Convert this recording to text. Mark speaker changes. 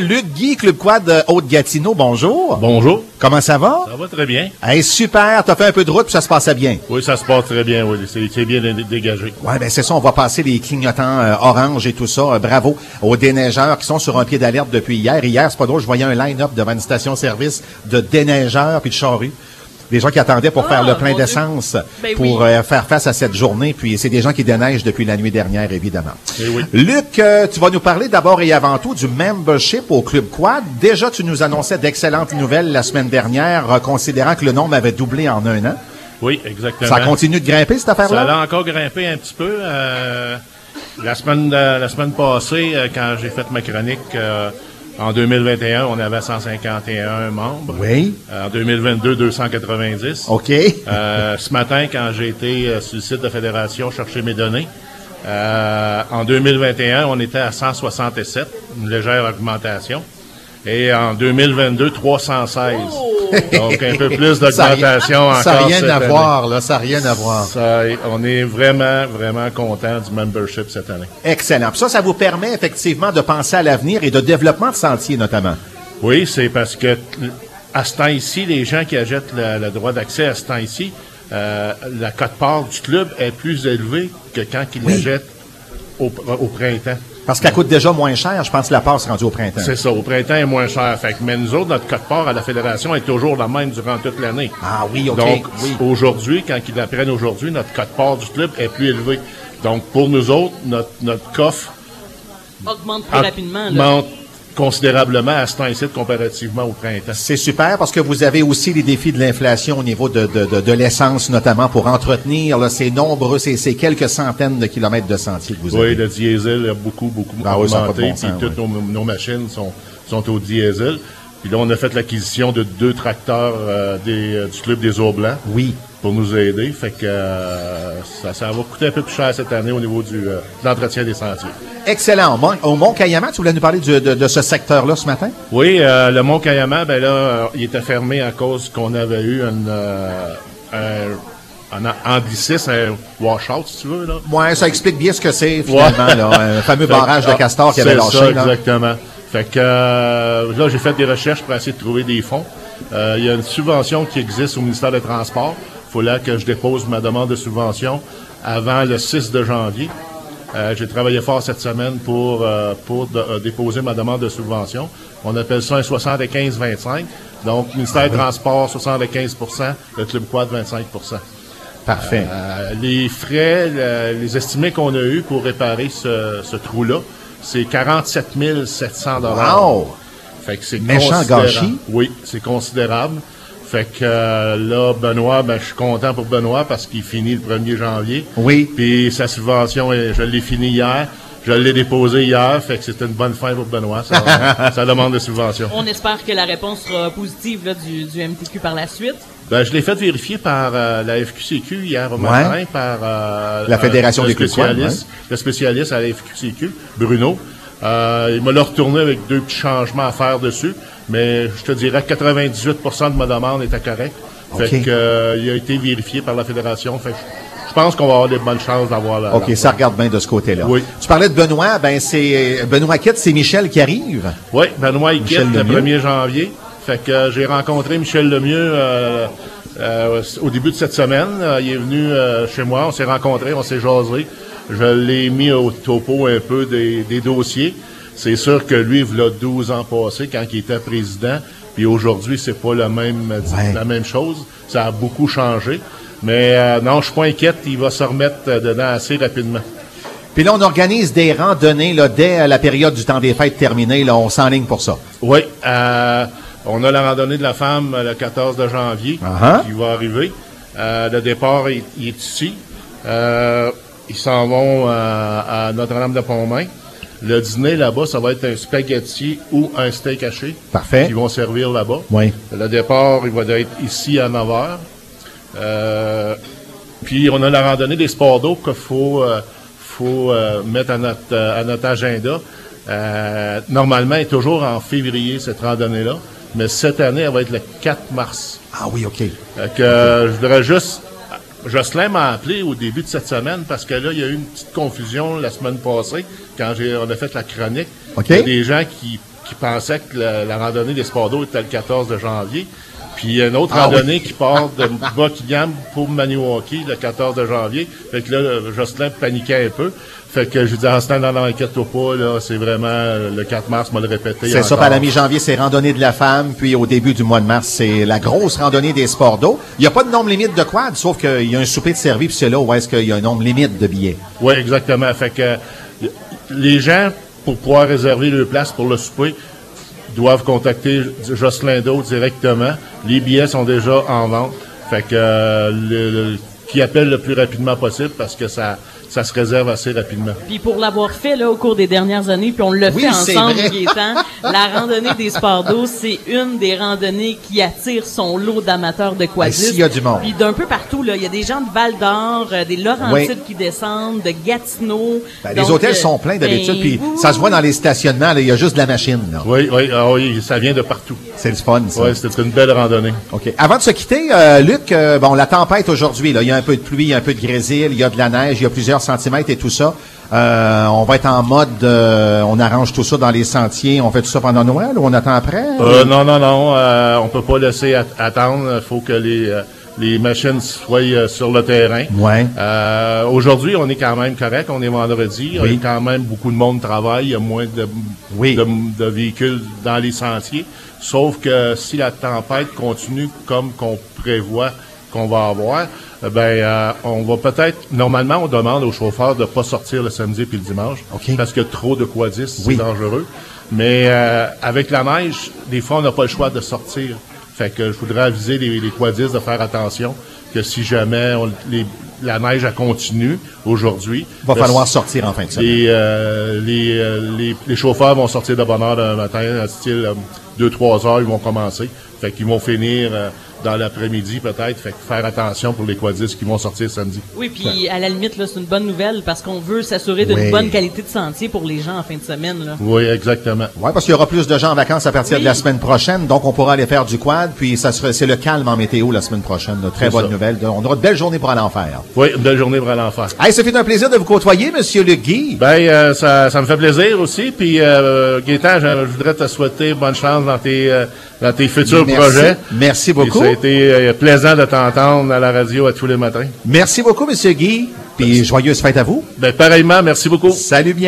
Speaker 1: Luc Guy, Club Quad euh, Haute-Gatineau, bonjour.
Speaker 2: Bonjour.
Speaker 1: Comment ça va?
Speaker 2: Ça va très bien.
Speaker 1: Hey, super, t'as fait un peu de route puis ça se passait bien.
Speaker 2: Oui, ça se passe très bien. Oui, c'est c'est bien dé- dégagé.
Speaker 1: Ouais, ben c'est ça, on va passer les clignotants euh, orange et tout ça. Euh, bravo aux déneigeurs qui sont sur un pied d'alerte depuis hier. Hier, c'est pas drôle, je voyais un line-up devant une station-service de déneigeurs puis de charrues. Des gens qui attendaient pour
Speaker 3: Ah,
Speaker 1: faire le plein
Speaker 3: mon Dieu.
Speaker 1: d'essence
Speaker 3: Ben
Speaker 1: pour
Speaker 3: oui.
Speaker 1: euh, faire face à cette journée. Puis c'est des gens qui déneigent depuis la nuit dernière, évidemment.
Speaker 2: Eh oui.
Speaker 1: Luc, euh, tu vas nous parler d'abord et avant tout du membership au Club Quad. Déjà, tu nous annonçais d'excellentes nouvelles la semaine dernière, euh, considérant que le nombre avait doublé en un an.
Speaker 2: Oui, exactement.
Speaker 1: Ça continue de grimper, cette
Speaker 2: Eh ben. Ça
Speaker 1: affaire-là?
Speaker 2: a encore grimpé un petit peu. euh, la semaine euh, la semaine passée, euh, quand j'ai fait ma chronique euh, en 2021, on avait 151 membres. Euh,
Speaker 1: Oui.
Speaker 2: En 2022, 290.
Speaker 1: OK.
Speaker 2: Euh, ce matin, quand j'ai été euh, sur le site de la Fédération chercher mes données, euh, en 2021, on était à 167, une légère augmentation. Et en 2022, 316. Donc, un peu plus
Speaker 1: Oh! Ça a rien-
Speaker 2: d'augmentation encore.
Speaker 1: Ça n'a rien
Speaker 2: cette
Speaker 1: à
Speaker 2: année.
Speaker 1: voir, là. Ça n'a rien à voir.
Speaker 2: Ça, on est vraiment, vraiment content du membership cette année.
Speaker 1: Excellent. Puis ça, ça vous permet effectivement de penser à l'avenir et de développement de sentiers, notamment.
Speaker 2: Oui, c'est parce que t- à ce temps-ci, les gens qui achètent le, le droit d'accès à ce temps-ci, euh, la cote-part du club est plus élevée que quand ils l'achètent au, au printemps.
Speaker 1: Parce qu'elle coûte déjà moins cher, je pense, la passe rendue au printemps.
Speaker 2: C'est ça, au printemps est moins cher. Fait que, mais nous autres, notre cote-part à la fédération est toujours la même durant toute l'année.
Speaker 1: Ah oui, OK.
Speaker 2: Donc,
Speaker 1: oui.
Speaker 2: aujourd'hui, quand ils la prennent aujourd'hui, notre cote-part du club est plus élevée. Donc, pour nous autres, notre, notre coffre
Speaker 3: augmente
Speaker 1: Ah.
Speaker 3: plus rapidement. Là.
Speaker 2: augmente considérablement à ce temps-ci comparativement au printemps.
Speaker 1: C'est super parce que vous avez aussi les défis de l'inflation au niveau de, de, de, de l'essence, notamment pour entretenir là, ces nombreux, ces, ces quelques centaines de kilomètres de sentiers que vous avez.
Speaker 2: Oui, le diesel a beaucoup, beaucoup
Speaker 1: Ah oui, ça n'a pas de
Speaker 2: augmenté.
Speaker 1: bon sens,
Speaker 2: puis toutes nos, nos machines sont, sont au diesel. Puis là, on a fait l'acquisition de deux tracteurs euh, des, euh, du club des Eaux Blancs
Speaker 1: Oui.
Speaker 2: pour nous aider. Fait que euh, ça, ça va coûter un peu plus cher cette année au niveau du, euh, de l'entretien des sentiers.
Speaker 1: Excellent. Au Mont- Au Mont-Cayaman, tu voulais nous parler du- de, de ce secteur-là ce matin?
Speaker 2: Oui, euh, le Mont Cayaman, ben là, euh, il était fermé à cause qu'on avait eu une, euh, un, un anglicisme, un washout, si tu veux, là.
Speaker 1: Ouais, ça explique bien ce que c'est, finalement,
Speaker 2: Ouais.
Speaker 1: là, un fameux
Speaker 2: Fait
Speaker 1: barrage
Speaker 2: que,
Speaker 1: de Castor qui
Speaker 2: ah,
Speaker 1: avait
Speaker 2: c'est
Speaker 1: lâché.
Speaker 2: ça,
Speaker 1: là.
Speaker 2: exactement. Fait que euh, là, j'ai fait des recherches pour essayer de trouver des fonds. Euh, Il y a une subvention qui existe au ministère des Transports. Il faut là que je dépose ma demande de subvention avant le 6 de janvier. Euh, j'ai travaillé fort cette semaine pour, euh, pour de- euh, déposer ma demande de subvention. On appelle ça un 75-25. Donc, ministère
Speaker 1: Ah
Speaker 2: des Transports, 75 le Club Quad, 25
Speaker 1: Parfait.
Speaker 2: euh, les frais, le- les estimés qu'on a eus pour réparer ce, ce trou-là, c'est 47 700
Speaker 1: Wow!
Speaker 2: Fait que c'est
Speaker 1: Méchant
Speaker 2: considérable.
Speaker 1: gâchis.
Speaker 2: Oui, c'est considérable. Fait que euh, là, Benoît, ben, je suis content pour Benoît parce qu'il finit le 1er janvier.
Speaker 1: Oui.
Speaker 2: Puis sa subvention, euh, je l'ai fini hier. Je l'ai déposé hier. Fait que c'est une bonne fin pour Benoît. Ça, ça demande de subvention.
Speaker 3: On espère que la réponse sera positive là, du, du MTQ par la suite.
Speaker 2: Ben, je l'ai fait vérifier par euh, la FQCQ hier au matin, par euh,
Speaker 1: La
Speaker 2: euh,
Speaker 1: Fédération
Speaker 2: le
Speaker 1: des clubs coins,
Speaker 2: spécialiste, le spécialiste à la FQCQ, Bruno. Euh, il me l'a retourné avec deux petits changements à faire dessus, mais je te dirais que 98% de ma demande était correcte. Fait
Speaker 1: Ok.
Speaker 2: que euh, il a été vérifié par la Fédération. Fait que je- je pense qu'on va avoir des bonnes chances d'avoir la.
Speaker 1: Ah, OK,
Speaker 2: la-
Speaker 1: ça regarde bien de ce côté-là.
Speaker 2: Oui.
Speaker 1: Tu parlais de Benoît, ben c'est Benoît Quitte, c'est Michel qui arrive.
Speaker 2: Oui, Benoît il quitte
Speaker 1: Michel
Speaker 2: le
Speaker 1: Lemieux.
Speaker 2: 1er janvier. Fait que euh, j'ai rencontré Michel Lemieux euh, euh, au début de cette semaine. Euh, il est venu euh, chez moi, on s'est rencontrés, on s'est jasé. Je l'ai mis au topo un peu des, des dossiers. C'est sûr que lui, il a 12 ans passé quand il était président. Puis aujourd'hui, c'est pas la même, euh,
Speaker 1: Ouais.
Speaker 2: la même chose. Ça a beaucoup changé. Mais euh, non, je suis pas inquiète. Il va se remettre euh, dedans assez rapidement.
Speaker 1: Puis là, on organise des randonnées là, dès euh, la période du temps des fêtes terminée. Là, on s'enligne pour ça.
Speaker 2: Oui, euh, on a la randonnée de la femme euh, le 14 de janvier
Speaker 1: Ah ah.
Speaker 2: qui va arriver. Euh, le départ est, il est ici. Euh, ils s'en vont euh, à Notre-Dame-de-Pontmain. Le dîner là-bas, ça va être un spaghetti ou un steak haché.
Speaker 1: Parfait.
Speaker 2: Qui vont servir là-bas.
Speaker 1: Oui.
Speaker 2: Le départ, il va être ici à 9 heures. Euh, puis on a la randonnée des sports d'eau qu'il faut, euh, faut euh, mettre à notre, euh, à notre agenda. Euh, normalement, elle est toujours en février, cette randonnée-là. Mais cette année, elle va être le 4 mars.
Speaker 1: Ah oui, OK.
Speaker 2: Fait que euh, je voudrais juste. Jocelyn m'a appelé au début de cette semaine parce que là, il y a eu une petite confusion la semaine passée quand j'ai on a fait la chronique.
Speaker 1: OK.
Speaker 2: Il y a des gens qui, qui qui pensait que la, la randonnée des Sports d'eau était le 14 de janvier. Puis il y a une autre
Speaker 1: Ah oui.
Speaker 2: randonnée qui part de Buckingham pour Maniwaki le 14 de janvier. Fait que là, le- Jocelyn paniquait un peu. Fait que je lui disais, ah, Stan, non, non, inquiète-toi pas, là, c'est vraiment euh, le 4 mars, on va le répéter.
Speaker 1: C'est ça,
Speaker 2: encore.
Speaker 1: par la mi-janvier, c'est randonnée de la femme, puis au début du mois de mars, c'est la grosse randonnée des sports d'eau. Il n'y a pas de nombre limite de quad, sauf qu'il y a un souper de servi, puis c'est là où est-ce qu'il y a un nombre limite de billets.
Speaker 2: Oui, exactement. Fait que euh, les gens, pour pouvoir réserver leur place pour le souper, doivent contacter Jocelyn Do directement. Les billets sont déjà en vente. Fait que euh, le- le- qui appelle le plus rapidement possible parce que ça, ça se réserve assez rapidement.
Speaker 3: Puis pour l'avoir fait là au cours des dernières années, puis on le
Speaker 1: Oui,
Speaker 3: fait
Speaker 1: c'est
Speaker 3: ensemble,
Speaker 1: vrai.
Speaker 3: Gaétan, la randonnée des sports d'eau, c'est une des randonnées qui attire son lot d'amateurs de
Speaker 1: Mais
Speaker 3: quadristes.
Speaker 1: Ben, s'il y a du monde.
Speaker 3: Puis d'un peu partout, là, il y a des gens de Val d'Or, euh, des Laurentides
Speaker 1: Oui.
Speaker 3: qui descendent, de Gatineau.
Speaker 1: Ben,
Speaker 3: Donc,
Speaker 1: les hôtels
Speaker 3: euh,
Speaker 1: sont pleins d'habitude,
Speaker 3: ben,
Speaker 1: puis
Speaker 3: oui,
Speaker 1: ça se voit
Speaker 3: oui.
Speaker 1: dans les stationnements, là, il y a juste de la machine. là.
Speaker 2: Oui, oui, ah oui, ça vient de partout.
Speaker 1: C'est le fun, ça.
Speaker 2: Oui, c'était une belle randonnée.
Speaker 1: OK. Avant de se quitter, euh, Luc, euh, bon, la tempête aujourd'hui, là, il y a un peu de pluie, il y a un peu de grésil, il y a de la neige, il y a plusieurs centimètres et tout ça. Euh, on va être en mode, euh, on arrange tout ça dans les sentiers, on fait tout ça pendant Noël ou on attend après?
Speaker 2: Euh, non, non, non, euh, on peut pas laisser at- attendre. Il faut que les, euh, les machines soient euh, sur le terrain.
Speaker 1: Ouais.
Speaker 2: Euh, Aujourd'hui, on est quand même correct. On est vendredi.
Speaker 1: Oui.
Speaker 2: Il y a quand même beaucoup de monde travaille. Il y a moins de,
Speaker 1: Oui.
Speaker 2: de, de véhicules dans les sentiers. Sauf que si la tempête continue comme qu'on prévoit qu'on va avoir, eh ben euh, on va peut-être normalement on demande aux chauffeurs de pas sortir le samedi puis le dimanche
Speaker 1: OK.
Speaker 2: parce que trop de quadis
Speaker 1: Oui.
Speaker 2: c'est dangereux. Mais euh, avec la neige, des fois, on n'a pas le choix de sortir. Fait que je voudrais aviser les, les quadistes de faire attention que si jamais on- les- la neige elle continue aujourd'hui,
Speaker 1: va
Speaker 2: le-
Speaker 1: falloir sortir en fin de semaine.
Speaker 2: les, euh, les, euh, les- les chauffeurs vont sortir de bonne heure le matin, euh, style 2-3 heures, ils vont commencer. Fait qu'ils vont finir euh, dans l'après-midi peut-être. Fait que faire attention pour les quadistes qui vont sortir samedi.
Speaker 3: Oui, puis à la limite, là, c'est une bonne nouvelle parce qu'on veut s'assurer d'une
Speaker 1: Oui.
Speaker 3: bonne qualité de sentier pour les gens en fin de semaine. Là.
Speaker 2: Oui, exactement.
Speaker 1: Oui, parce qu'il y aura plus de gens en vacances à partir
Speaker 3: Oui.
Speaker 1: de la semaine prochaine, donc on pourra aller faire du quad, puis ça sera, c'est le calme en météo la semaine prochaine. là. Très
Speaker 2: C'est
Speaker 1: bonne
Speaker 2: ça.
Speaker 1: nouvelle. On aura de belles journées pour aller en faire.
Speaker 2: Oui, une belle journée pour aller en faire.
Speaker 1: Hey, ça fait un plaisir de vous côtoyer, Monsieur Luc Guy.
Speaker 2: Ben, euh, ça, ça me fait plaisir aussi. Puis, euh, Gaétan, je, je voudrais te souhaiter bonne chance dans tes, euh, dans tes futurs
Speaker 1: Merci.
Speaker 2: projets.
Speaker 1: Merci beaucoup.
Speaker 2: Puis ça a été euh, plaisant de t'entendre à la radio à tous les matins.
Speaker 1: Merci beaucoup, Monsieur Guy. Puis joyeuse fête à vous.
Speaker 2: Ben, pareillement, merci beaucoup.
Speaker 1: Salut bien.